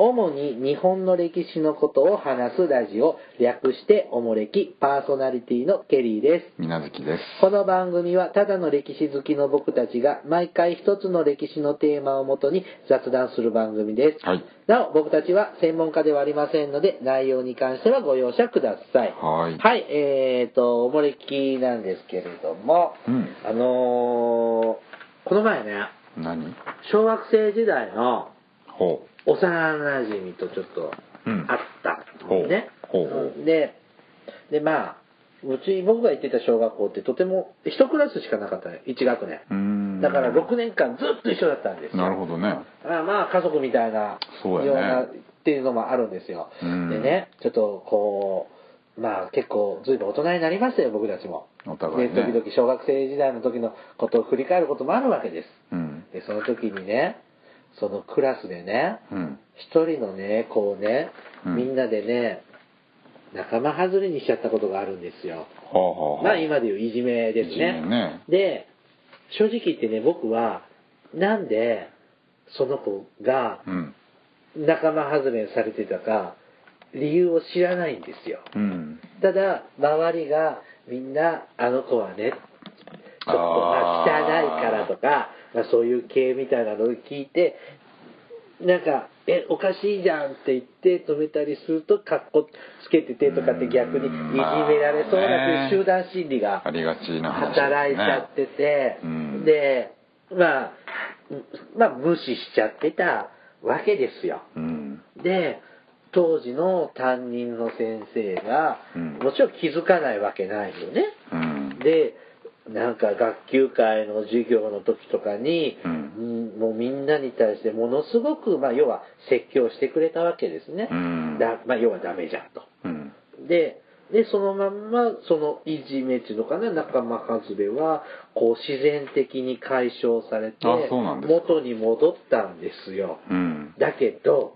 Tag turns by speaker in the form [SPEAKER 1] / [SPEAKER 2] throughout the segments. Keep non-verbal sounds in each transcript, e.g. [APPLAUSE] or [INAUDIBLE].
[SPEAKER 1] 主に日本の歴史のことを話すラジオ、略しておもれきパーソナリティのケリーです。
[SPEAKER 2] みなずきです。
[SPEAKER 1] この番組はただの歴史好きの僕たちが毎回一つの歴史のテーマをもとに雑談する番組です。
[SPEAKER 2] はい。
[SPEAKER 1] なお、僕たちは専門家ではありませんので、内容に関してはご容赦ください。
[SPEAKER 2] はーい。
[SPEAKER 1] はい、えーと、おもれきなんですけれども、
[SPEAKER 2] うん。
[SPEAKER 1] あのーこの前ね、
[SPEAKER 2] 何
[SPEAKER 1] 小学生時代の
[SPEAKER 2] ほ
[SPEAKER 1] 幼馴染みとちょっと
[SPEAKER 2] う。うん。
[SPEAKER 1] あった
[SPEAKER 2] ほう
[SPEAKER 1] ね。
[SPEAKER 2] ほうほう
[SPEAKER 1] で、で、まあ、うち僕が行ってた小学校ってとても一クラスしかなかったね、1学年。
[SPEAKER 2] うーん。
[SPEAKER 1] だから6年間ずっと一緒だったんですよ。
[SPEAKER 2] なるほどね。
[SPEAKER 1] あまあ家族みたいな
[SPEAKER 2] そうやね
[SPEAKER 1] ようなっていうのもあるんですよ。
[SPEAKER 2] うん
[SPEAKER 1] でね、ちょっとこう、まあ結構ずいぶん大人になりましたよ、僕たちも。
[SPEAKER 2] お互いね
[SPEAKER 1] で、時々小学生時代の時のことを振り返ることもあるわけです。
[SPEAKER 2] うん。
[SPEAKER 1] で、その時にね、そのクラスでね、
[SPEAKER 2] うん。
[SPEAKER 1] 一人のね、こうね、
[SPEAKER 2] うん
[SPEAKER 1] みんなでね、仲間外れにしちゃったことがあるんですよ。
[SPEAKER 2] ほうほうほう。
[SPEAKER 1] まあ今でいういじめです
[SPEAKER 2] いじめ
[SPEAKER 1] ね。
[SPEAKER 2] ね。
[SPEAKER 1] で、正直言ってね、僕は、なんで、その子が
[SPEAKER 2] うん。
[SPEAKER 1] 仲間外れにされてたか、理由を知らないんですよ。
[SPEAKER 2] うん。
[SPEAKER 1] ただ、周りがみんな、あの子はね、ちょっとまあ汚
[SPEAKER 2] あー
[SPEAKER 1] いからとか、まあ、そういう系みたいなのを聞いて、なんか、え、おかしいじゃんって言って止めたりすると、かっこつけててとかって逆にいじめられそうなっていう集団心理が
[SPEAKER 2] ありがちな話ですね。
[SPEAKER 1] 働いちゃってて、
[SPEAKER 2] うん
[SPEAKER 1] で、まあ、うまあ、無視しちゃってたわけですよ。
[SPEAKER 2] うん。
[SPEAKER 1] で、当時の担任の先生が、
[SPEAKER 2] うん
[SPEAKER 1] もちろん気づかないわけないよね。
[SPEAKER 2] うん。
[SPEAKER 1] で、なんか学級会の授業の時とかに、
[SPEAKER 2] うん
[SPEAKER 1] うんもうみんなに対してものすごく、まあ、要は説教してくれたわけですね。
[SPEAKER 2] うん
[SPEAKER 1] だまあ、要はダメじゃんと。
[SPEAKER 2] うん。
[SPEAKER 1] で、で、そのまんま、そのいじめっていうのかな、仲間外れは、こう自然的に解消されて
[SPEAKER 2] あそうなん、ですか
[SPEAKER 1] 元に戻ったんですよ。
[SPEAKER 2] うん。
[SPEAKER 1] だけど、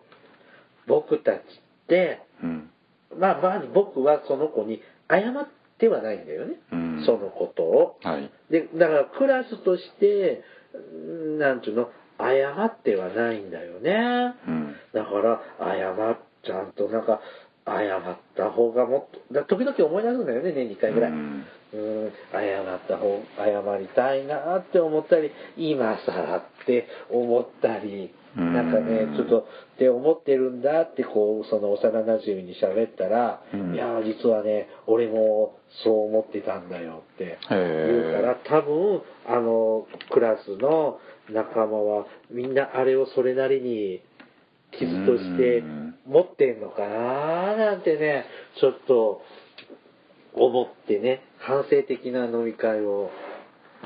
[SPEAKER 1] 僕たちって、
[SPEAKER 2] うん。
[SPEAKER 1] まあ、まず僕はその子に謝ってはないんだよね。
[SPEAKER 2] うん
[SPEAKER 1] そのことを。
[SPEAKER 2] はい。
[SPEAKER 1] で、だからクラスとして、うんなんていうの、謝ってはないんだよね。
[SPEAKER 2] うん。
[SPEAKER 1] だから、謝っ、ちゃんとなんか、謝った方がもっと、だ時々思い出すんだよね、年に1回ぐらい。
[SPEAKER 2] う
[SPEAKER 1] うんん、謝った方、謝りたいなって思ったり、今更って思ったり、
[SPEAKER 2] うん
[SPEAKER 1] なんかね、ちょっと、って思ってるんだって、こう、その幼馴染に喋ったら、
[SPEAKER 2] うん
[SPEAKER 1] いや、実はね、俺もそう思ってたんだよって
[SPEAKER 2] へ
[SPEAKER 1] 言うから
[SPEAKER 2] え。、
[SPEAKER 1] 多分、あの、クラスの仲間は、みんなあれをそれなりに、傷として
[SPEAKER 2] うん
[SPEAKER 1] 持ってんのかなーなんてね、ちょっと思ってね、反省的な飲み会を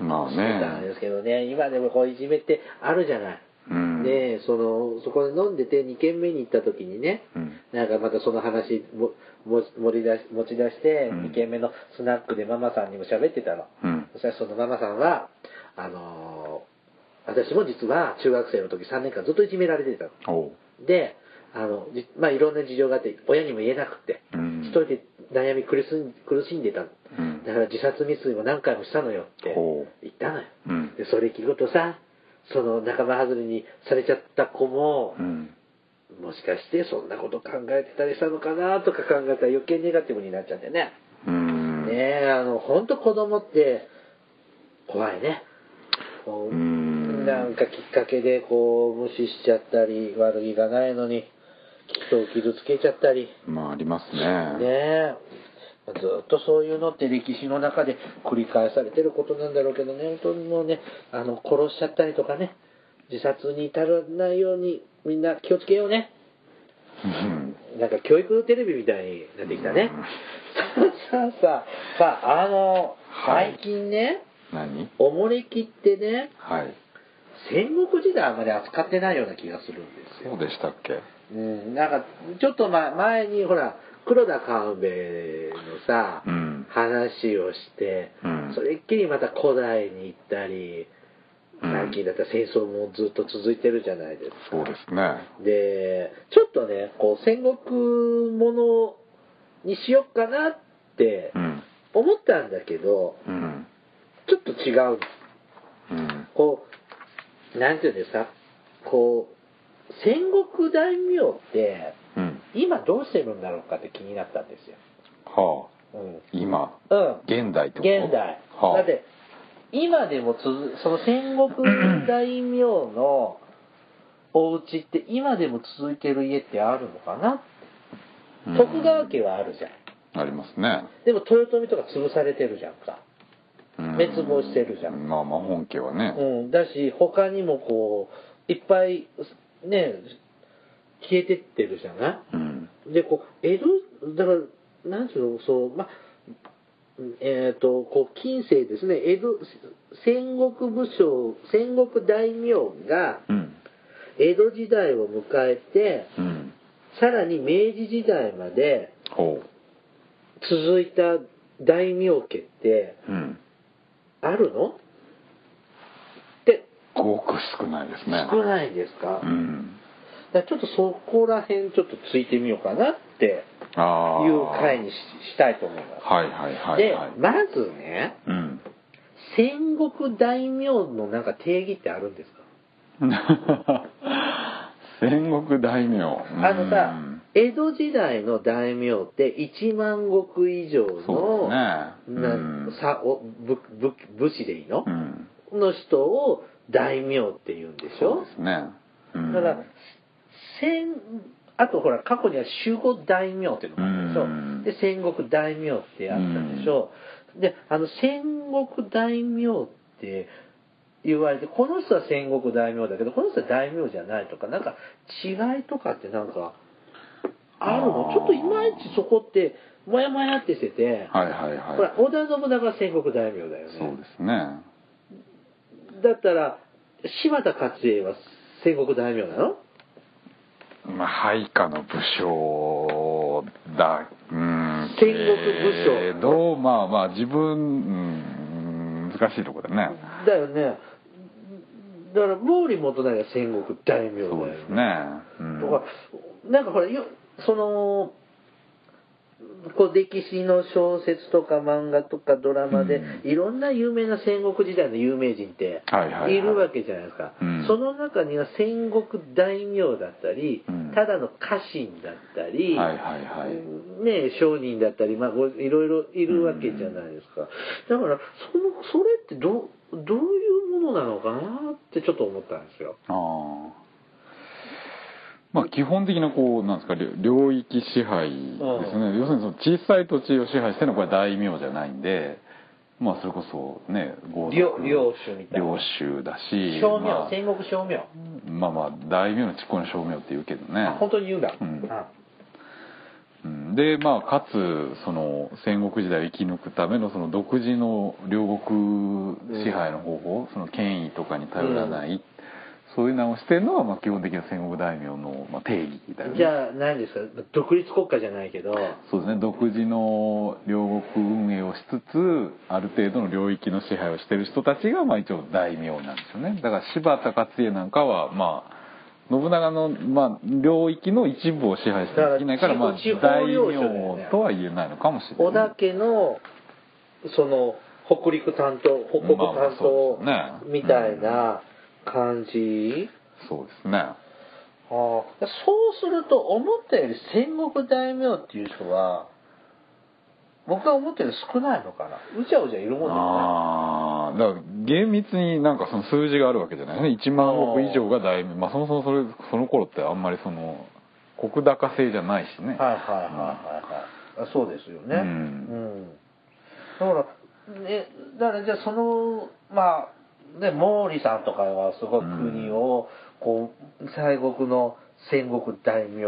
[SPEAKER 2] ま
[SPEAKER 1] し
[SPEAKER 2] あ
[SPEAKER 1] てたん
[SPEAKER 2] ね
[SPEAKER 1] で。すけどね、今でもこういじめってあるじゃない。
[SPEAKER 2] うん。
[SPEAKER 1] ねその、そこで飲んでて2軒目に行った時にね、
[SPEAKER 2] うん。
[SPEAKER 1] なんかまたその話もも盛り出し持ち出して、
[SPEAKER 2] うん
[SPEAKER 1] 2軒目のスナックでママさんにも喋ってたの。
[SPEAKER 2] うん
[SPEAKER 1] そ。したらそのママさんは、あのー私も実は中学生の時3年間ずっといじめられてたの。
[SPEAKER 2] おう。
[SPEAKER 1] で、あの、じまあ、いろんな事情があって、親にも言えなくて、
[SPEAKER 2] うん
[SPEAKER 1] 一人で悩み苦しん苦しんでたの。
[SPEAKER 2] うん
[SPEAKER 1] だから自殺未遂も何回もしたのよって
[SPEAKER 2] ほう
[SPEAKER 1] 言ったのよ。
[SPEAKER 2] うん
[SPEAKER 1] で、それ聞くとさ、その仲間外れにされちゃった子も
[SPEAKER 2] う、ん。
[SPEAKER 1] もしかしてそんなこと考えてたりしたのかなとか考えたら余計ネガティブになっちゃってね。
[SPEAKER 2] うん。
[SPEAKER 1] ねえ、あの、ほんと子供って怖いね。こう
[SPEAKER 2] うん
[SPEAKER 1] なんかきっかけでこう無視しちゃったり、悪気がないのに、人を傷つけちゃったり、
[SPEAKER 2] まああります
[SPEAKER 1] ね
[SPEAKER 2] ね。
[SPEAKER 1] え。ずっとそういうのって歴史の中で繰り返されてることなんだろうけどね、本当にもうね、あの、殺しちゃったりとかね、自殺に至らないようにみんな気をつけようね。
[SPEAKER 2] うん
[SPEAKER 1] なんか教育テレビみたいになってきたね。さあさあ、さあ、あの、
[SPEAKER 2] はい
[SPEAKER 1] 最近ね、
[SPEAKER 2] 何
[SPEAKER 1] おもれきってね、
[SPEAKER 2] はい。
[SPEAKER 1] 戦国時代あまり扱ってないような気がするんです
[SPEAKER 2] そ
[SPEAKER 1] よ
[SPEAKER 2] う。でしたっけ
[SPEAKER 1] うん、なんか、ちょっと前前にほら、黒田官兵衛のさ、
[SPEAKER 2] うん
[SPEAKER 1] 話をして、
[SPEAKER 2] うん
[SPEAKER 1] それっきりまた古代に行ったり、
[SPEAKER 2] うん
[SPEAKER 1] 最近だったら戦争もずっと続いてるじゃないですか。
[SPEAKER 2] そうですね。
[SPEAKER 1] で、ちょっとね、こう戦国ものにしよっかなって
[SPEAKER 2] うん。
[SPEAKER 1] 思ったんだけど、
[SPEAKER 2] うん。
[SPEAKER 1] ちょっと違う。
[SPEAKER 2] うん。
[SPEAKER 1] こう、なんていうんですか、こ戦国大名って
[SPEAKER 2] うん。
[SPEAKER 1] 今どうしてるんだろうかって気になったんですよ。
[SPEAKER 2] はあ。
[SPEAKER 1] うん。
[SPEAKER 2] 今。
[SPEAKER 1] うん。
[SPEAKER 2] 現代ってこと
[SPEAKER 1] 現代。
[SPEAKER 2] はあ。
[SPEAKER 1] だって、今でもつづその戦国大名のお家って今でも続いてる家ってあるのかな
[SPEAKER 2] うん
[SPEAKER 1] 徳川家はあるじゃん。
[SPEAKER 2] ありますね。
[SPEAKER 1] でも豊臣とか潰されてるじゃんか。
[SPEAKER 2] うん
[SPEAKER 1] 滅亡してるじゃん
[SPEAKER 2] まあまあ本家はね。
[SPEAKER 1] うん。だし、他にもこう、いっぱい、ね、消えてってるじゃない
[SPEAKER 2] うん。
[SPEAKER 1] でこう江戸だからなんていうのそうまあえっ、とこう近世ですね江戸戦国武将戦国大名が
[SPEAKER 2] うん。
[SPEAKER 1] 江戸時代を迎えて
[SPEAKER 2] うん。
[SPEAKER 1] さらに明治時代まで
[SPEAKER 2] ほ
[SPEAKER 1] 続いた大名家って
[SPEAKER 2] う。うん。
[SPEAKER 1] あるのって
[SPEAKER 2] ごく少ないですね。
[SPEAKER 1] 少ないですか,、
[SPEAKER 2] う
[SPEAKER 1] だか
[SPEAKER 2] ん。
[SPEAKER 1] らちょっとそこら辺ちょっとついてみようかなって
[SPEAKER 2] ああ。
[SPEAKER 1] いう回にししたいと思います。
[SPEAKER 2] はいはいはい
[SPEAKER 1] で
[SPEAKER 2] はい。
[SPEAKER 1] まずね
[SPEAKER 2] うん。
[SPEAKER 1] 戦国大名のなんか定義ってあるんですか、
[SPEAKER 2] 戦国大名。
[SPEAKER 1] あのさ
[SPEAKER 2] うん
[SPEAKER 1] 江戸時代の大名って1万石以上の、
[SPEAKER 2] そうですね。
[SPEAKER 1] な
[SPEAKER 2] うん
[SPEAKER 1] さおぶぶ武士でいいの
[SPEAKER 2] う、ん。
[SPEAKER 1] の人を大名って言うんでし
[SPEAKER 2] そう
[SPEAKER 1] ょ
[SPEAKER 2] ですね。うん
[SPEAKER 1] だから戦あとほら過去には守護大名っていうのが
[SPEAKER 2] う
[SPEAKER 1] あ
[SPEAKER 2] ん
[SPEAKER 1] ったでしょで戦国大名ってあったでしょであの戦国大名って言われてこの人は戦国大名だけどこの人は大名じゃないとかなんか違いとかってなんかあるの
[SPEAKER 2] あー
[SPEAKER 1] ちょっといまいちそこってモヤモヤってしてて、
[SPEAKER 2] はいはいはい。
[SPEAKER 1] ほら織田信長は戦国大名だよね
[SPEAKER 2] そうですね。
[SPEAKER 1] だったら柴田勝家は戦国大名なの
[SPEAKER 2] まあ、配下の武将だ、うん、
[SPEAKER 1] 戦国武将
[SPEAKER 2] けど、まあまあ、自分、うん、難しいところだね。
[SPEAKER 1] だよねだから毛利元就が戦国大名だよ
[SPEAKER 2] そうですね。うん、
[SPEAKER 1] とかなんかほらよそのこう歴史の小説とか漫画とかドラマで、
[SPEAKER 2] うん
[SPEAKER 1] いろんな有名な戦国時代の有名人って
[SPEAKER 2] はいはいはい
[SPEAKER 1] いるわけじゃないですか、
[SPEAKER 2] うん
[SPEAKER 1] その中には戦国大名だったり、
[SPEAKER 2] うん
[SPEAKER 1] ただの家臣だったり、
[SPEAKER 2] はいはいはい
[SPEAKER 1] ね、商人だったり、まあ、ごいろいろいるわけじゃないですか、だからそのそれってどうどういうものなのかなってちょっと思ったんですよ。
[SPEAKER 2] ああ。まあ、基本的な、こう、なんですか、領領域支配ですね。要するに、その小さい土地を支配してるのはこれ大名じゃないんで、まあ、それこそね、豪族
[SPEAKER 1] 領領主みたいな
[SPEAKER 2] 領主だし、
[SPEAKER 1] 正
[SPEAKER 2] ま
[SPEAKER 1] 明
[SPEAKER 2] あ
[SPEAKER 1] 戦国正明、
[SPEAKER 2] まあまあ大名のちっこいの称名って言うけどね
[SPEAKER 1] あ本当に言うんだ、
[SPEAKER 2] うん
[SPEAKER 1] あ
[SPEAKER 2] うんでまあかつその戦国時代を生き抜くためのその独自の両国支配の方法、その権威とかに頼らない、そういうのをしてるのはまあ基本的な戦国大名のまあ定義だよね
[SPEAKER 1] じゃあ何ですか独立国家じゃないけど
[SPEAKER 2] そうですね独自の両国運営をしつつある程度の領域の支配をしてる人たちがまあ一応大名なんですよねだから柴田勝家なんかはまあ信長のまあ領域の一部を支配してできないから
[SPEAKER 1] だ
[SPEAKER 2] ま
[SPEAKER 1] から
[SPEAKER 2] あ
[SPEAKER 1] 地方
[SPEAKER 2] 大
[SPEAKER 1] 領主だよね
[SPEAKER 2] 名とは言えないのかもしれ
[SPEAKER 1] 織
[SPEAKER 2] ない
[SPEAKER 1] 田家のその北陸担当北国
[SPEAKER 2] まあまあ
[SPEAKER 1] 担
[SPEAKER 2] そ
[SPEAKER 1] 当
[SPEAKER 2] うですね
[SPEAKER 1] みたいな感じ、
[SPEAKER 2] そうですね
[SPEAKER 1] ああそうすると思ったより戦国大名っていう人は僕が思ったより少ないのかなうちゃうちゃいるもんだよね
[SPEAKER 2] ああだから厳密になんかその数字があるわけじゃないですね1万石以上が大名まあそもそもそれその頃ってあんまりその石高制じゃないしね
[SPEAKER 1] はいはいはいはいはいあそうですよね
[SPEAKER 2] うん
[SPEAKER 1] うんだからねだからじゃあそのまあね毛利さんとかはすごい国をこう西国の戦国大名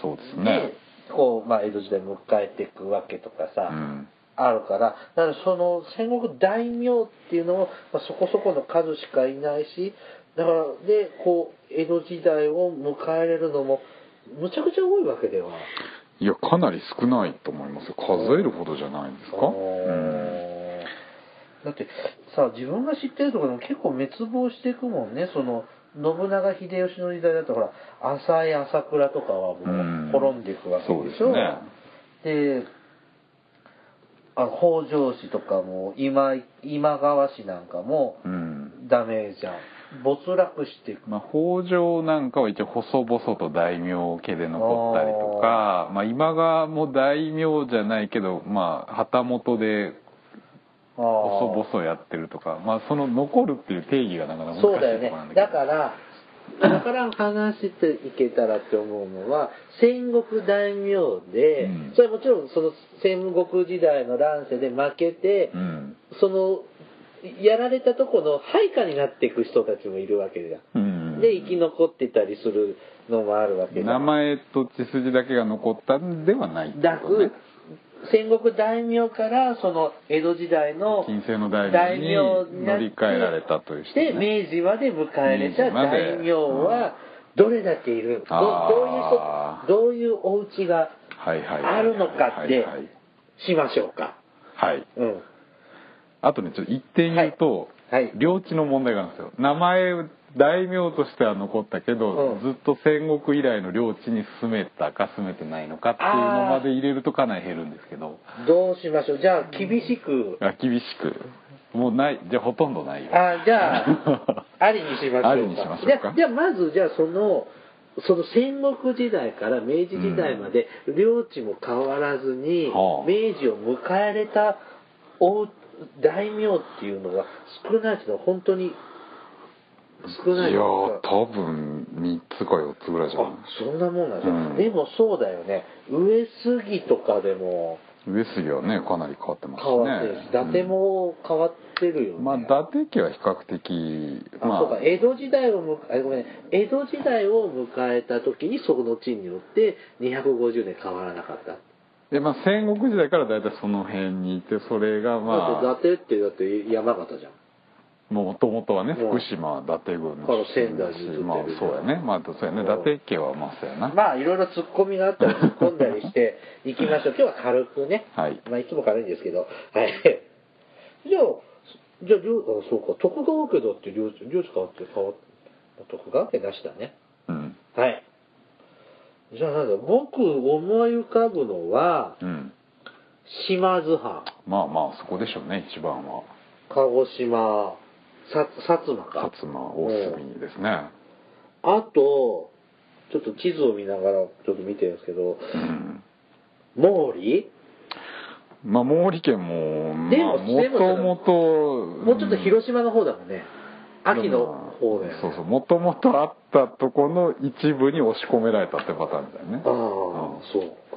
[SPEAKER 2] そうです
[SPEAKER 1] で、
[SPEAKER 2] ね
[SPEAKER 1] こうまあ江戸時代迎えていくわけとかさ、
[SPEAKER 2] うん
[SPEAKER 1] あるから、だからその戦国大名っていうのも、まあ、そこそこの数しかいないし、だから、で、こう、江戸時代を迎えれるのも、むちゃくちゃ多いわけでは。
[SPEAKER 2] いやかなり少ないと思いますよ数えるほどじゃないんですか、
[SPEAKER 1] あーだって、さ、自分が知ってるところでも結構滅亡していくもんね、その、信長秀吉の時代だと、ほら、浅井朝倉とかはも
[SPEAKER 2] うん
[SPEAKER 1] う滅んでいくわけ
[SPEAKER 2] そうで
[SPEAKER 1] でし
[SPEAKER 2] す
[SPEAKER 1] ょ。
[SPEAKER 2] ね
[SPEAKER 1] であの北条氏とかも今今川氏なんかも
[SPEAKER 2] うん
[SPEAKER 1] ダメじゃん没落していく
[SPEAKER 2] まあ、北条なんかは一応細々と大名家で残ったりとかまあ、今川も大名じゃないけど、まあ、旗本で
[SPEAKER 1] あー
[SPEAKER 2] 細々やってるとかまあ、その残るっていう定義がなかなか難しいと
[SPEAKER 1] そう
[SPEAKER 2] こ
[SPEAKER 1] だよね
[SPEAKER 2] ろなんだけど
[SPEAKER 1] だからだから話していけたらって思うのは戦国大名で、
[SPEAKER 2] うん
[SPEAKER 1] それはもちろんその戦国時代の乱世で負けて、
[SPEAKER 2] うん
[SPEAKER 1] そのやられたとこの配下になっていく人たちもいるわけじゃん、
[SPEAKER 2] うん
[SPEAKER 1] で生き残ってたりするのもあるわけじゃ
[SPEAKER 2] 名
[SPEAKER 1] ん
[SPEAKER 2] 前と血筋だけが残ったんではないって
[SPEAKER 1] だ
[SPEAKER 2] ことね
[SPEAKER 1] く戦国大名からその江戸時代の
[SPEAKER 2] 近世の大名
[SPEAKER 1] 大名
[SPEAKER 2] に
[SPEAKER 1] にな
[SPEAKER 2] 乗
[SPEAKER 1] って
[SPEAKER 2] り換えられたという人、
[SPEAKER 1] で
[SPEAKER 2] ね、
[SPEAKER 1] 明治まで迎えれた
[SPEAKER 2] 明治まで
[SPEAKER 1] 大名はどれだけいる、ど
[SPEAKER 2] あー
[SPEAKER 1] どういう人どういうお家が
[SPEAKER 2] はいはいはい
[SPEAKER 1] あるのかって
[SPEAKER 2] はいはい
[SPEAKER 1] しましょうか、
[SPEAKER 2] はい
[SPEAKER 1] うん
[SPEAKER 2] あとねちょっと一点言うと、
[SPEAKER 1] はいはい
[SPEAKER 2] 領地の問題があるんですよ名前大名としては残ったけど、
[SPEAKER 1] うん
[SPEAKER 2] ずっと戦国以来の領地に住めたか住めてないのかっていうのまで入れるとかなり減るんですけど
[SPEAKER 1] どうしましょうじゃあ厳しく
[SPEAKER 2] あ厳しくもうないじゃあほとんどないよ
[SPEAKER 1] あじゃ
[SPEAKER 2] [LAUGHS]
[SPEAKER 1] あありにしましょうか
[SPEAKER 2] ありにしましょうか
[SPEAKER 1] じゃあじゃあまずじゃあそのその戦国時代から明治時代まで領地も変わらずに、
[SPEAKER 2] はあ
[SPEAKER 1] 明治を迎えれたお大名っていうのが少ないっていうのは本当に少ない
[SPEAKER 2] い
[SPEAKER 1] と
[SPEAKER 2] や
[SPEAKER 1] うか
[SPEAKER 2] ー多分3つか4つぐらいじゃ
[SPEAKER 1] あ
[SPEAKER 2] な
[SPEAKER 1] そんなもんなんだ、
[SPEAKER 2] うん
[SPEAKER 1] でもそうだよね上杉とかでも
[SPEAKER 2] い上杉はねかなり変わってますね
[SPEAKER 1] 変わってるし、伊達も変わってるよね、
[SPEAKER 2] うんまあ伊達家は比較的
[SPEAKER 1] あ
[SPEAKER 2] まあ
[SPEAKER 1] そうか江戸時代を迎えごめん江戸時代を迎えた時にその地によって250年変わらなかった
[SPEAKER 2] でまあ戦国時代から大体その辺にいてそれがま
[SPEAKER 1] だ
[SPEAKER 2] あ
[SPEAKER 1] って伊達ってだって山形じゃん
[SPEAKER 2] もともとはね
[SPEAKER 1] うん
[SPEAKER 2] 福島伊達郡の
[SPEAKER 1] から仙台に
[SPEAKER 2] だし
[SPEAKER 1] ずっと出てる
[SPEAKER 2] まあそうやねまあそうや
[SPEAKER 1] う
[SPEAKER 2] ね伊
[SPEAKER 1] ん
[SPEAKER 2] 達家はまあそうやな、
[SPEAKER 1] まあいろいろツッコミがあったり突っ込んだりしていきま
[SPEAKER 2] [LAUGHS]
[SPEAKER 1] しょう今日は軽くね、
[SPEAKER 2] はい
[SPEAKER 1] まあ、いつも軽いんですけどはいじゃあじゃありょうあそうか徳川家だって領地領地変わって変わっ徳川家なしだね
[SPEAKER 2] うん
[SPEAKER 1] はいじゃあなんだ僕思い浮かぶのは
[SPEAKER 2] うん
[SPEAKER 1] 島津藩
[SPEAKER 2] まあまあそこでしょうね一番は
[SPEAKER 1] 鹿児島さ薩摩か
[SPEAKER 2] 薩摩大隅ですね
[SPEAKER 1] あとちょっと地図を見ながらちょっと見てるんですけど
[SPEAKER 2] うん
[SPEAKER 1] 毛利
[SPEAKER 2] まあ毛利家も
[SPEAKER 1] で
[SPEAKER 2] まあ
[SPEAKER 1] も
[SPEAKER 2] もともと
[SPEAKER 1] もうちょっと広島の方だもんね秋の方だよね
[SPEAKER 2] そうそうもともとあったとこの一部に押し込められたってパターンだよね
[SPEAKER 1] ああそうか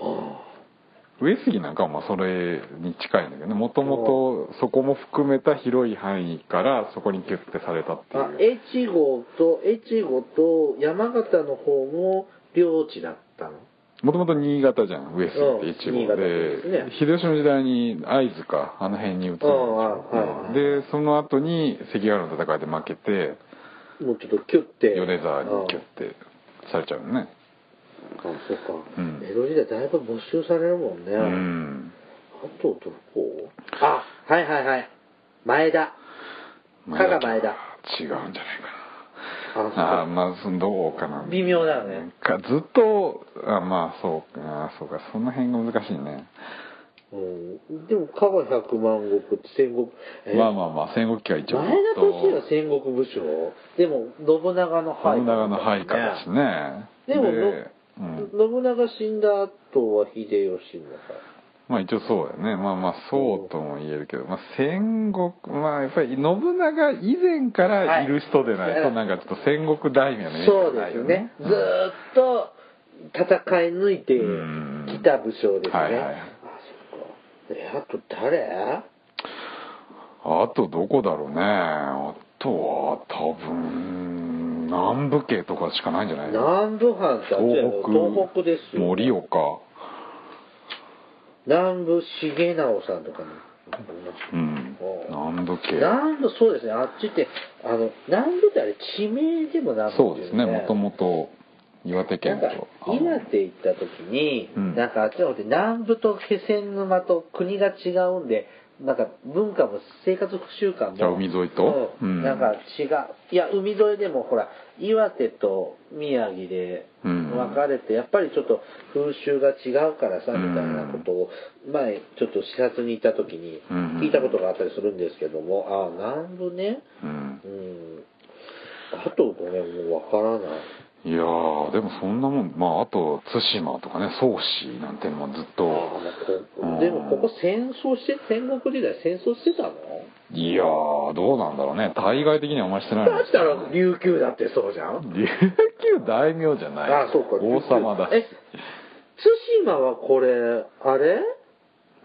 [SPEAKER 1] あ
[SPEAKER 2] 上杉なんかはまあそれに近いんだけどねもともとそこも含めた広い範囲からそこにギュッてされたって
[SPEAKER 1] あ
[SPEAKER 2] いう
[SPEAKER 1] 越後と越後と山形の方も領地だったの
[SPEAKER 2] もともと新潟じゃん上杉って一
[SPEAKER 1] うん新
[SPEAKER 2] 部
[SPEAKER 1] 潟
[SPEAKER 2] で,、
[SPEAKER 1] ですね
[SPEAKER 2] 秀吉の時代に会津かあの辺に移るんです
[SPEAKER 1] うん
[SPEAKER 2] よ
[SPEAKER 1] うんはいはい
[SPEAKER 2] でその後に関ヶ原の戦いで負けて
[SPEAKER 1] もうちょっとキュッて
[SPEAKER 2] 米沢にギュッ
[SPEAKER 1] あ
[SPEAKER 2] てされちゃうのね
[SPEAKER 1] あそうか、
[SPEAKER 2] うん
[SPEAKER 1] 江戸時代だいぶ没収されるもんね、
[SPEAKER 2] うん
[SPEAKER 1] あとどこあはいはいはい前田加賀前田
[SPEAKER 2] 違うんじゃない
[SPEAKER 1] あそう
[SPEAKER 2] かなあー
[SPEAKER 1] か
[SPEAKER 2] まあそのどうかな
[SPEAKER 1] 微妙だよね
[SPEAKER 2] かずっとあまあそうかあそうかその辺が難しいね、
[SPEAKER 1] うんでも加賀百万石って戦国え
[SPEAKER 2] まあまあまあ戦国期は一応
[SPEAKER 1] 前田利家は戦国武将でも信長の配
[SPEAKER 2] 信長の配下だしね
[SPEAKER 1] でも
[SPEAKER 2] うん
[SPEAKER 1] の信長死んだ後は秀吉の
[SPEAKER 2] まあ一応そうだよねまあまあそうとも言えるけど、まあ、戦国まあやっぱり信長以前からいる人でないと、
[SPEAKER 1] はい
[SPEAKER 2] なんかちょっと戦国大名のイメージ
[SPEAKER 1] そう
[SPEAKER 2] がな
[SPEAKER 1] で
[SPEAKER 2] い
[SPEAKER 1] す
[SPEAKER 2] よ
[SPEAKER 1] ね
[SPEAKER 2] ね
[SPEAKER 1] ずーっと戦い抜いて
[SPEAKER 2] うん
[SPEAKER 1] きた武将ですね
[SPEAKER 2] はいはい
[SPEAKER 1] あそっかえあと誰
[SPEAKER 2] あとどこだろうねあとは多分南部系とかしかないんじゃない
[SPEAKER 1] 南部藩ってあっちだよ東北ですよ
[SPEAKER 2] 盛岡
[SPEAKER 1] 南部重直さんとかね
[SPEAKER 2] うん
[SPEAKER 1] お
[SPEAKER 2] 南部系
[SPEAKER 1] 南部そうですねあっちってあの南部ってあれ地名でも南部
[SPEAKER 2] そ
[SPEAKER 1] っ
[SPEAKER 2] う
[SPEAKER 1] てい
[SPEAKER 2] ですねもともと岩手
[SPEAKER 1] な
[SPEAKER 2] 県
[SPEAKER 1] んか
[SPEAKER 2] と
[SPEAKER 1] 岩手行った時に、
[SPEAKER 2] うん
[SPEAKER 1] なんかあっちの方で南部と気仙沼と国が違うんでなんか文化も生活習慣
[SPEAKER 2] じゃあ
[SPEAKER 1] も
[SPEAKER 2] 海沿いと
[SPEAKER 1] うん
[SPEAKER 2] うん
[SPEAKER 1] なんか違ういや海沿いでもほら岩手と宮城で
[SPEAKER 2] うん
[SPEAKER 1] 分かれて、やっぱりちょっと風習が違うからさ
[SPEAKER 2] うん
[SPEAKER 1] みたいなことを前ちょっと視察に行った時に
[SPEAKER 2] うん
[SPEAKER 1] 聞いたことがあったりするんですけども、ああ南部ね
[SPEAKER 2] うん
[SPEAKER 1] うん佐藤とねもうわからない
[SPEAKER 2] いやーでもそんなもんまああと対馬とかね宗氏なんていうのもずっとうん
[SPEAKER 1] でもここ戦争して戦国時代戦争してたの
[SPEAKER 2] いやーどうなんだろうね対外的にはあんまりしてないん
[SPEAKER 1] だ
[SPEAKER 2] で
[SPEAKER 1] っ
[SPEAKER 2] す
[SPEAKER 1] た
[SPEAKER 2] け
[SPEAKER 1] ら
[SPEAKER 2] どね
[SPEAKER 1] 琉球だってそうじゃん
[SPEAKER 2] 琉球大名じゃない
[SPEAKER 1] あそうか
[SPEAKER 2] 王様だし
[SPEAKER 1] え対馬はこれあれ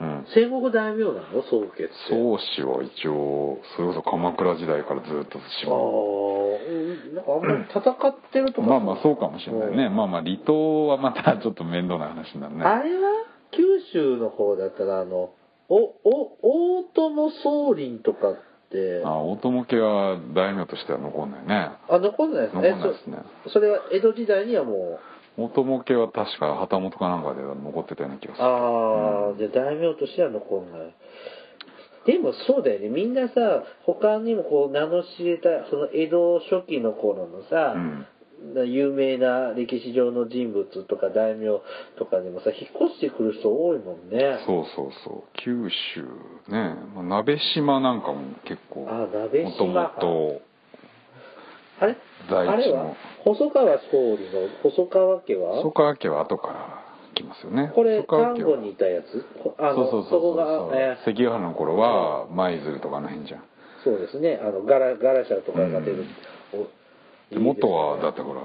[SPEAKER 2] うん
[SPEAKER 1] 戦国大名なの宗家って
[SPEAKER 2] 宗氏は一応それこそ鎌倉時代からずっ
[SPEAKER 1] あ
[SPEAKER 2] と
[SPEAKER 1] あうんなんかあんまり戦ってると
[SPEAKER 2] 対
[SPEAKER 1] か
[SPEAKER 2] 馬まあまあそうかもしれないね、
[SPEAKER 1] うん
[SPEAKER 2] まあまあ離島はまたちょっと面倒な話になるね
[SPEAKER 1] あれは九州の方だったらあのおお大友宗麟とかって
[SPEAKER 2] あ大友家は大名としては残んないね
[SPEAKER 1] あ残んないです
[SPEAKER 2] 残ん
[SPEAKER 1] ね
[SPEAKER 2] ないですね
[SPEAKER 1] そそれは江戸時代にはも
[SPEAKER 2] 大友家は確か旗本かなんかで残ってたような気が
[SPEAKER 1] う
[SPEAKER 2] する
[SPEAKER 1] ああ、で大名としては残んないでもそうだよねみんなさ他にもこう名の知れたその江戸初期の頃のさ、
[SPEAKER 2] うん
[SPEAKER 1] 有名な歴史上の人物とか大名とかでもさ引っ越してくる人多いもんね
[SPEAKER 2] そうそうそう九州ね、まあ、鍋島なんかも結構
[SPEAKER 1] あ
[SPEAKER 2] も
[SPEAKER 1] 鍋島
[SPEAKER 2] ともと
[SPEAKER 1] あれ
[SPEAKER 2] 第一の
[SPEAKER 1] あれは細川総理の細川家は
[SPEAKER 2] 細川家は後から来ますよね
[SPEAKER 1] これ
[SPEAKER 2] 細川
[SPEAKER 1] 丹
[SPEAKER 2] 家
[SPEAKER 1] 後
[SPEAKER 2] は
[SPEAKER 1] にいたやつこあ
[SPEAKER 2] そう
[SPEAKER 1] の
[SPEAKER 2] そうそう
[SPEAKER 1] こ
[SPEAKER 2] そう、
[SPEAKER 1] が、えー
[SPEAKER 2] 関ヶ原の頃は舞鶴とかあの辺じゃん
[SPEAKER 1] そうですねあのガラガラシャとかが出る、おいいです
[SPEAKER 2] で
[SPEAKER 1] ね
[SPEAKER 2] 元はだってほら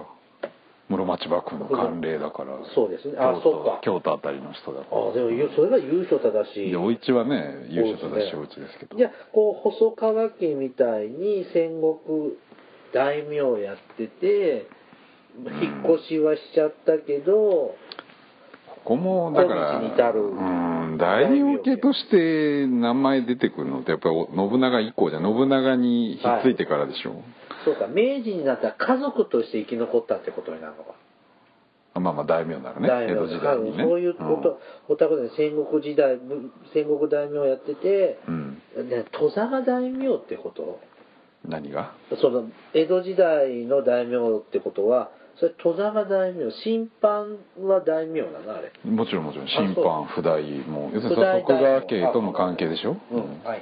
[SPEAKER 2] 室町幕府の慣例だから
[SPEAKER 1] そうですねあ
[SPEAKER 2] 京
[SPEAKER 1] そう
[SPEAKER 2] 都
[SPEAKER 1] か
[SPEAKER 2] 京都あたりの人だから
[SPEAKER 1] あでもゆそれは優勝正しい
[SPEAKER 2] いやお市はね優勝正しい
[SPEAKER 1] そ
[SPEAKER 2] お
[SPEAKER 1] う
[SPEAKER 2] 家ですけど
[SPEAKER 1] じゃあこう細川家みたいに戦国大名をやってて引っ越しはしちゃったけど、
[SPEAKER 2] ここもだから
[SPEAKER 1] 今日に至る
[SPEAKER 2] うん大名家として名前出てくるのってやっぱり信長以降じゃん信長にひっついてからでしょ、
[SPEAKER 1] そうか明治になったら家族として生き残ったってことになるのか
[SPEAKER 2] まあまあ大名ならね
[SPEAKER 1] 大
[SPEAKER 2] 江
[SPEAKER 1] 名
[SPEAKER 2] 戸時代にね
[SPEAKER 1] そういうこと、お宅で戦国時代ぶ戦国大名やってて、
[SPEAKER 2] うん、うん
[SPEAKER 1] ね、戸沢大名ってこと
[SPEAKER 2] 何が
[SPEAKER 1] その江戸時代の大名ってことはそれ戸沢大名審判は大名なのあれ
[SPEAKER 2] もちろんもちろん審
[SPEAKER 1] そう
[SPEAKER 2] 判不代も要するに
[SPEAKER 1] 不代
[SPEAKER 2] 徳川家との関係でしょ、
[SPEAKER 1] うん、はいはい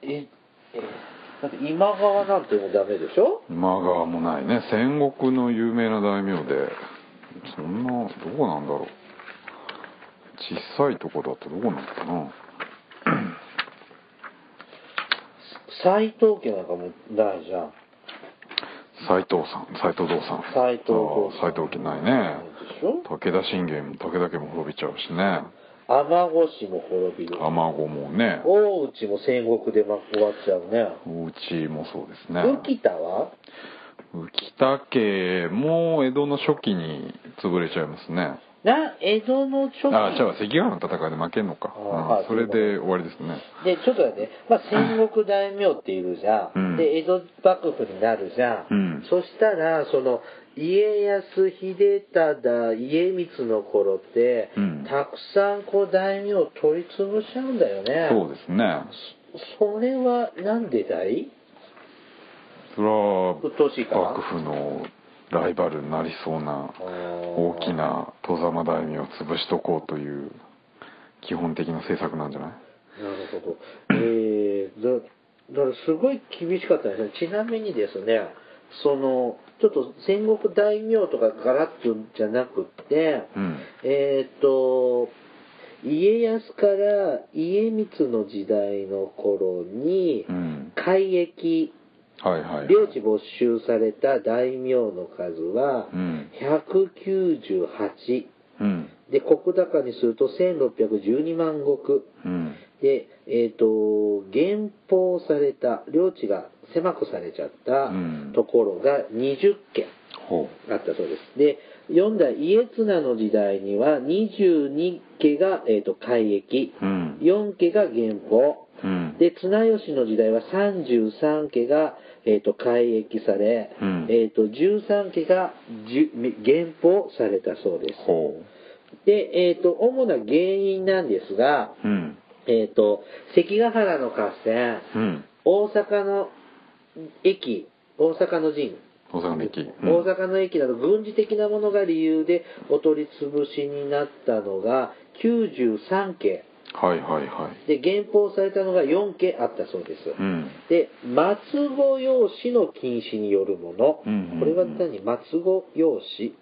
[SPEAKER 1] ええだって今川なんてもうダメでしょ
[SPEAKER 2] 今川もないね戦国の有名な大名でそんなどこなんだろう小さいとこだとどこなんかな
[SPEAKER 1] 斎藤家なんかもうないじゃん
[SPEAKER 2] 斎藤さん斎藤道さん
[SPEAKER 1] 斎藤道
[SPEAKER 2] あー斎藤家ないね
[SPEAKER 1] でしょ
[SPEAKER 2] 武田信玄も武田家も滅びちゃうしね
[SPEAKER 1] 尼子氏も滅びる
[SPEAKER 2] 尼子もね
[SPEAKER 1] 大内も戦国でま終わっちゃうね
[SPEAKER 2] お家もそうですね
[SPEAKER 1] 浮田は
[SPEAKER 2] 浮田家も江戸の初期に潰れちゃいますね
[SPEAKER 1] な江戸の初期
[SPEAKER 2] あじゃあ関ヶ原の戦いで負けんのか、
[SPEAKER 1] あー
[SPEAKER 2] うん
[SPEAKER 1] はい
[SPEAKER 2] それで終わりですね
[SPEAKER 1] でちょっと待って、まあ、戦国大名っているじゃん、
[SPEAKER 2] うん
[SPEAKER 1] で江戸幕府になるじゃん、
[SPEAKER 2] うん
[SPEAKER 1] そしたらその家康秀忠家光の頃って、
[SPEAKER 2] うん
[SPEAKER 1] たくさんこう大名を取り潰しちゃうんだよね
[SPEAKER 2] そうですね
[SPEAKER 1] それはなんでだい
[SPEAKER 2] それは
[SPEAKER 1] うっとうしいかな
[SPEAKER 2] 幕府のライバルになりそうな
[SPEAKER 1] あー
[SPEAKER 2] 大きな外様大名を潰しとこうという基本的な政策なんじゃない
[SPEAKER 1] なるほど。えー、だだからすごい厳しかったですね。ちなみにですね、その、ちょっと戦国大名とかガラッとじゃなくって、
[SPEAKER 2] うん
[SPEAKER 1] えーっと、家康から家光の時代の頃に
[SPEAKER 2] う、ん
[SPEAKER 1] 改易、
[SPEAKER 2] はいはい
[SPEAKER 1] 領地没収された大名の数は
[SPEAKER 2] うん
[SPEAKER 1] 198。
[SPEAKER 2] うん
[SPEAKER 1] で、石高にすると1612万石。
[SPEAKER 2] うん
[SPEAKER 1] で、えっ、と、減俸された、領地が狭くされちゃった
[SPEAKER 2] うん
[SPEAKER 1] ところが20件
[SPEAKER 2] ほ
[SPEAKER 1] あったそうです。で、4代家綱の時代には22家が、えー、と改易、
[SPEAKER 2] ううん
[SPEAKER 1] 4家が減俸、
[SPEAKER 2] うん
[SPEAKER 1] で、綱吉の時代は33家が、えー、と改易され、
[SPEAKER 2] うん
[SPEAKER 1] えっ、と、13家が10減俸されたそうです。
[SPEAKER 2] ほ
[SPEAKER 1] で、えっ、と、主な原因なんですが、
[SPEAKER 2] ううん
[SPEAKER 1] えっ、と、関ヶ原の合戦、
[SPEAKER 2] うん
[SPEAKER 1] 大阪の駅、大阪の陣、
[SPEAKER 2] 大阪の駅うん
[SPEAKER 1] 大阪の駅など軍事的なものが理由でお取り潰しになったのが93件
[SPEAKER 2] はいはいはい
[SPEAKER 1] で減俸されたのが4件あったそうです、
[SPEAKER 2] うん
[SPEAKER 1] で松語用紙の禁止によるもの、
[SPEAKER 2] うんうんうん
[SPEAKER 1] これは何松語用紙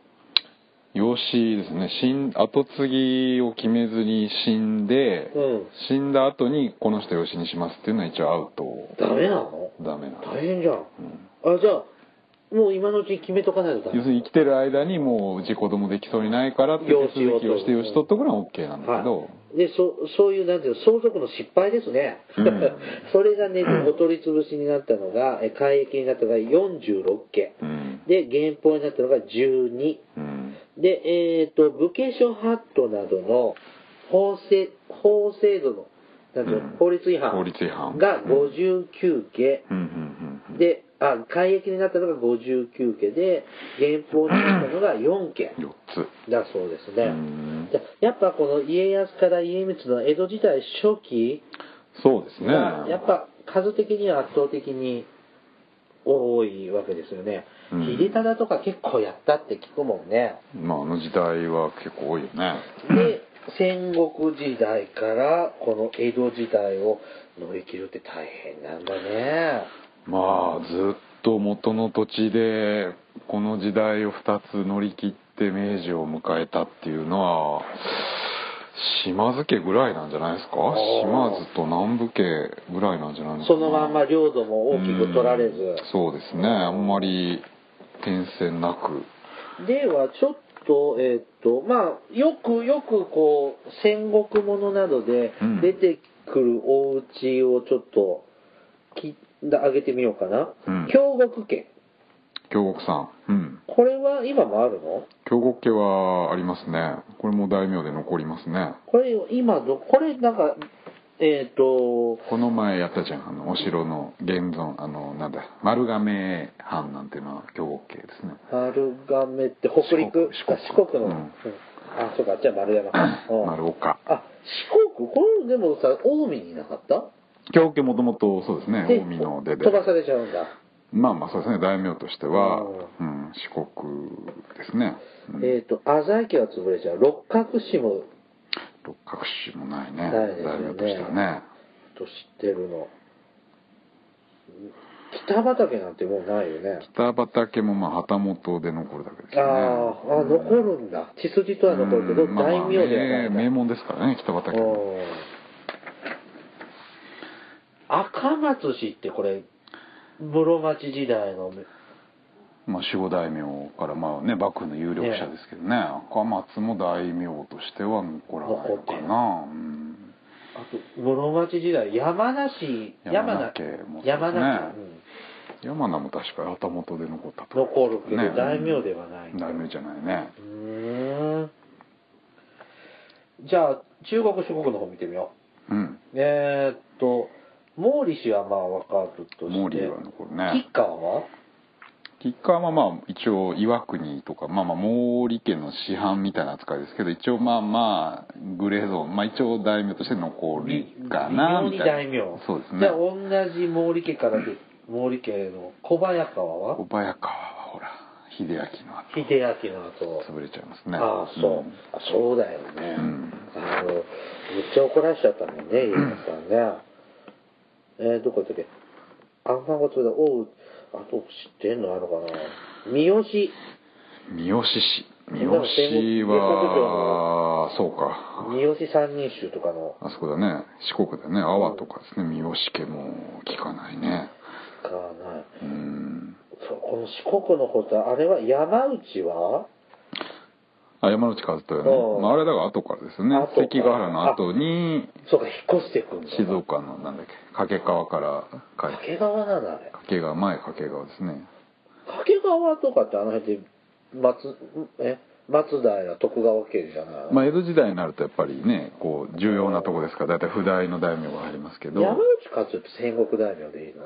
[SPEAKER 2] 養子ですね死ん後継ぎを決めずに死んで、
[SPEAKER 1] うん
[SPEAKER 2] 死んだ後にこの人養子にしますっていうのは一応アウト
[SPEAKER 1] ダメなの
[SPEAKER 2] ダメなん
[SPEAKER 1] 大
[SPEAKER 2] で
[SPEAKER 1] 変じゃん、あじゃあもう今のうちに決めとかないとダメ
[SPEAKER 2] 要するに生きてる間にもううち子供できそうにないからって手
[SPEAKER 1] 養子を
[SPEAKER 2] 続きをして養子取っとくのは OK なんだけど、
[SPEAKER 1] はい、でそそういうなんていうの相続の失敗ですね、
[SPEAKER 2] うん
[SPEAKER 1] [LAUGHS] それがねお取り潰しになったのがえ改易になったのが46件
[SPEAKER 2] うん
[SPEAKER 1] で減俸になったのが12
[SPEAKER 2] うん
[SPEAKER 1] でえっ、と武家諸法度などの法制法制度のなんていうの
[SPEAKER 2] うん
[SPEAKER 1] 法律違反
[SPEAKER 2] 法律違反
[SPEAKER 1] が59件、
[SPEAKER 2] うんうんうん
[SPEAKER 1] であ改易になったのが59件で減俸になったのが4件
[SPEAKER 2] 4つ
[SPEAKER 1] だそうですね、
[SPEAKER 2] うん
[SPEAKER 1] じゃやっぱこの家康から家光の江戸時代初期
[SPEAKER 2] そうですね
[SPEAKER 1] がやっぱ数的には圧倒的に多いわけですよね、
[SPEAKER 2] うん
[SPEAKER 1] 秀忠とか結構やったって聞くもんね
[SPEAKER 2] まああの時代は結構多いよね [LAUGHS]
[SPEAKER 1] で戦国時代からこの江戸時代を乗り切るって大変なんだね
[SPEAKER 2] まあずっと元の土地でこの時代を2つ乗り切って明治を迎えたっていうのは島津家ぐらいなんじゃないですか
[SPEAKER 1] あー
[SPEAKER 2] 島津と南部家ぐらいなんじゃないのかな
[SPEAKER 1] そのまんま領土も大きく取られず
[SPEAKER 2] うんそうですねあんまり転戦なく
[SPEAKER 1] ではちょっとえーっとまあよくよくこう戦国ものなどで
[SPEAKER 2] うん
[SPEAKER 1] 出てくるお家をちょっとき上げてみようかな、
[SPEAKER 2] うん
[SPEAKER 1] 京極家
[SPEAKER 2] 京極さんうん
[SPEAKER 1] これは今もあるの
[SPEAKER 2] 京極家はありますねこれも大名で残りますね
[SPEAKER 1] これ今どこれなんかえーっと
[SPEAKER 2] この前やったじゃんあのお城の現存あのなんだ丸亀藩なんていうのは京極家ですね
[SPEAKER 1] 丸亀って北陸
[SPEAKER 2] 四国
[SPEAKER 1] あ
[SPEAKER 2] 四
[SPEAKER 1] 四
[SPEAKER 2] 国
[SPEAKER 1] 国の、
[SPEAKER 2] うん
[SPEAKER 1] うんあそうかじゃあ丸山か、うん
[SPEAKER 2] 丸岡
[SPEAKER 1] あ四国これでもさ近江にいなかった
[SPEAKER 2] 京極家もともとそうですね
[SPEAKER 1] で
[SPEAKER 2] 近江の出で
[SPEAKER 1] 飛ばされちゃうんだ
[SPEAKER 2] まあまあそうですね大名として
[SPEAKER 1] う
[SPEAKER 2] は、
[SPEAKER 1] ん
[SPEAKER 2] うん、四国ですね、うん
[SPEAKER 1] えっ、と、浅井家は潰れちゃう。六角氏も
[SPEAKER 2] 六角氏もないね
[SPEAKER 1] ないですよね
[SPEAKER 2] 大名としてはね
[SPEAKER 1] と知ってるの。北畑なんてもうないよね。
[SPEAKER 2] 北畑もまあ旗本で残るだけです
[SPEAKER 1] あ
[SPEAKER 2] よね
[SPEAKER 1] あ、あ残るんだ。血筋とは残るけど、
[SPEAKER 2] うんまあまあ
[SPEAKER 1] 大名ではない
[SPEAKER 2] 名
[SPEAKER 1] んだ。
[SPEAKER 2] 名門ですからね北畑も
[SPEAKER 1] うん赤松氏ってこれ、室町時代の、
[SPEAKER 2] まあ、守護大名からまあね幕府の有力者ですけどね赤松も大名としては残らないのかな、うん、
[SPEAKER 1] あと、室町時代、山梨、
[SPEAKER 2] 山
[SPEAKER 1] 山
[SPEAKER 2] 名
[SPEAKER 1] 梨
[SPEAKER 2] 家もそうですね、
[SPEAKER 1] 山梨、うん
[SPEAKER 2] 山名も確か旗本で残ったと
[SPEAKER 1] 残るけど、
[SPEAKER 2] ね
[SPEAKER 1] 大名ではないんだ
[SPEAKER 2] 大名じゃないね
[SPEAKER 1] うーんじゃあ中国諸国の方見てみよ
[SPEAKER 2] うん
[SPEAKER 1] うえー、っと毛利氏はまあ分かるとして
[SPEAKER 2] 毛利は残るね
[SPEAKER 1] 吉川は
[SPEAKER 2] 吉川はまあ一応岩国とかまあまあ毛利家の師範みたいな扱いですけど一応まあまあグレーゾーンまあ一応大名として残りかな
[SPEAKER 1] 微妙
[SPEAKER 2] み
[SPEAKER 1] に
[SPEAKER 2] たいな
[SPEAKER 1] 大名
[SPEAKER 2] そうです
[SPEAKER 1] じ
[SPEAKER 2] ね
[SPEAKER 1] ゃあ同じ毛利家からで毛利家の小早川は
[SPEAKER 2] 小早川はほら秀明の後
[SPEAKER 1] 秀明の後
[SPEAKER 2] 潰れちゃいますね
[SPEAKER 1] ああそう、
[SPEAKER 2] ん
[SPEAKER 1] あそうだよね、
[SPEAKER 2] うん
[SPEAKER 1] あのめっちゃ怒らしちゃったもんね家康さんね、えー、どこ行ったっけあんまごつだおうあと知ってんのあるかな三好
[SPEAKER 2] 三好氏
[SPEAKER 1] で
[SPEAKER 2] 三
[SPEAKER 1] も
[SPEAKER 2] 好
[SPEAKER 1] 戦
[SPEAKER 2] はそうか
[SPEAKER 1] 三好三人衆とかの
[SPEAKER 2] あそこだね四国だね阿波とかですね三好家も聞かないね
[SPEAKER 1] かな
[SPEAKER 2] うん
[SPEAKER 1] そうこの四国のことあれは山内は
[SPEAKER 2] あ山内和人よ
[SPEAKER 1] う
[SPEAKER 2] ね、
[SPEAKER 1] ん
[SPEAKER 2] まあ、あれだから後からですよね
[SPEAKER 1] 後から
[SPEAKER 2] 関ヶ原の後に
[SPEAKER 1] そうか引っ越してくんだ
[SPEAKER 2] 静岡のなんだっけ掛川から帰って
[SPEAKER 1] 掛川なんだあれ
[SPEAKER 2] 掛川前掛川ですね
[SPEAKER 1] 掛川とかってあの辺で松え松平徳川家じゃない、
[SPEAKER 2] まあ江戸時代になるとやっぱりねこう重要なとこですから大体不代の大名が入りますけど
[SPEAKER 1] 山内和夫って戦国大名でいいの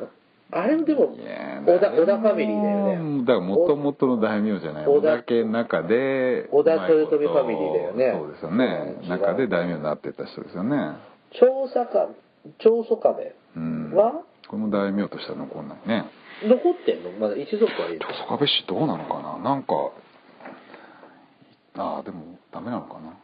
[SPEAKER 1] あれでも
[SPEAKER 2] いや
[SPEAKER 1] 織田織田ファミリーだよね
[SPEAKER 2] だからもともとの大名じゃない
[SPEAKER 1] 織
[SPEAKER 2] 織
[SPEAKER 1] 田
[SPEAKER 2] 田家の中で
[SPEAKER 1] 織田豊臣ファミリーだよね
[SPEAKER 2] うまいことそうですよね
[SPEAKER 1] うん
[SPEAKER 2] 中で大名になってった人ですよね
[SPEAKER 1] 長坂長宗我部
[SPEAKER 2] うん
[SPEAKER 1] は
[SPEAKER 2] これも大名としては残んないね
[SPEAKER 1] 残ってんのまだ一族はいる
[SPEAKER 2] 長宗我部氏どうなのかななんかああでもダメなのかな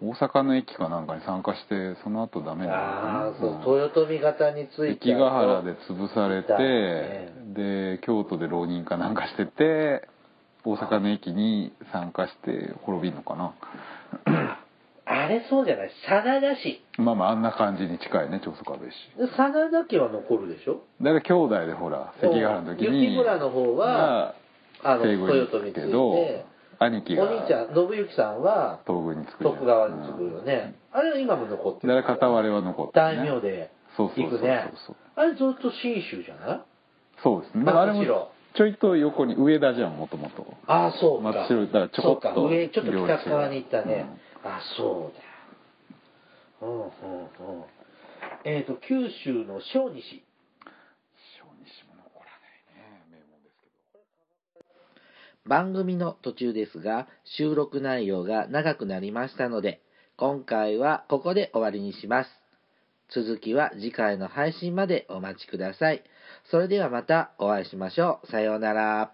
[SPEAKER 2] 大阪の駅かなんかに参加してその後ダメだ
[SPEAKER 1] ああ
[SPEAKER 2] った
[SPEAKER 1] そ
[SPEAKER 2] のかな
[SPEAKER 1] う豊臣方について
[SPEAKER 2] 関ヶ原で潰され
[SPEAKER 1] だ
[SPEAKER 2] て、で京都で浪人かなんかしてて大阪の駅に参加して滅びるのかな
[SPEAKER 1] あれそうじゃない真田氏
[SPEAKER 2] まあまああんな感じに近いね長宗我部氏
[SPEAKER 1] で真田家は残るでしょ
[SPEAKER 2] だから兄弟でほら関ヶ原の時に
[SPEAKER 1] 雪村の方は
[SPEAKER 2] ま
[SPEAKER 1] あの
[SPEAKER 2] 西郷に
[SPEAKER 1] 豊臣につい
[SPEAKER 2] け
[SPEAKER 1] て
[SPEAKER 2] ど兄貴が
[SPEAKER 1] お兄ちゃん信行さんは
[SPEAKER 2] 東軍に作る
[SPEAKER 1] 徳川に継ぐよね、あれは今も残って
[SPEAKER 2] うんだから片割れは残って
[SPEAKER 1] 大名で
[SPEAKER 2] そう
[SPEAKER 1] 行
[SPEAKER 2] そうそ
[SPEAKER 1] く
[SPEAKER 2] うそう
[SPEAKER 1] ねあれずっと信州じゃない
[SPEAKER 2] そうですね
[SPEAKER 1] まあ
[SPEAKER 2] だからあれ
[SPEAKER 1] むし
[SPEAKER 2] も
[SPEAKER 1] ろ
[SPEAKER 2] ちょいと横に上田じゃんもともと
[SPEAKER 1] ああそうか
[SPEAKER 2] 真っ白いだからちょこっと
[SPEAKER 1] そうか上ちょっと
[SPEAKER 2] 両立
[SPEAKER 1] 北側に行ったね、あそうだうんうんうんえっ、と九州の小西番組の途中ですが収録内容が長くなりましたので今回はここで終わりにします続きは次回の配信までお待ちくださいそれではまたお会いしましょうさようなら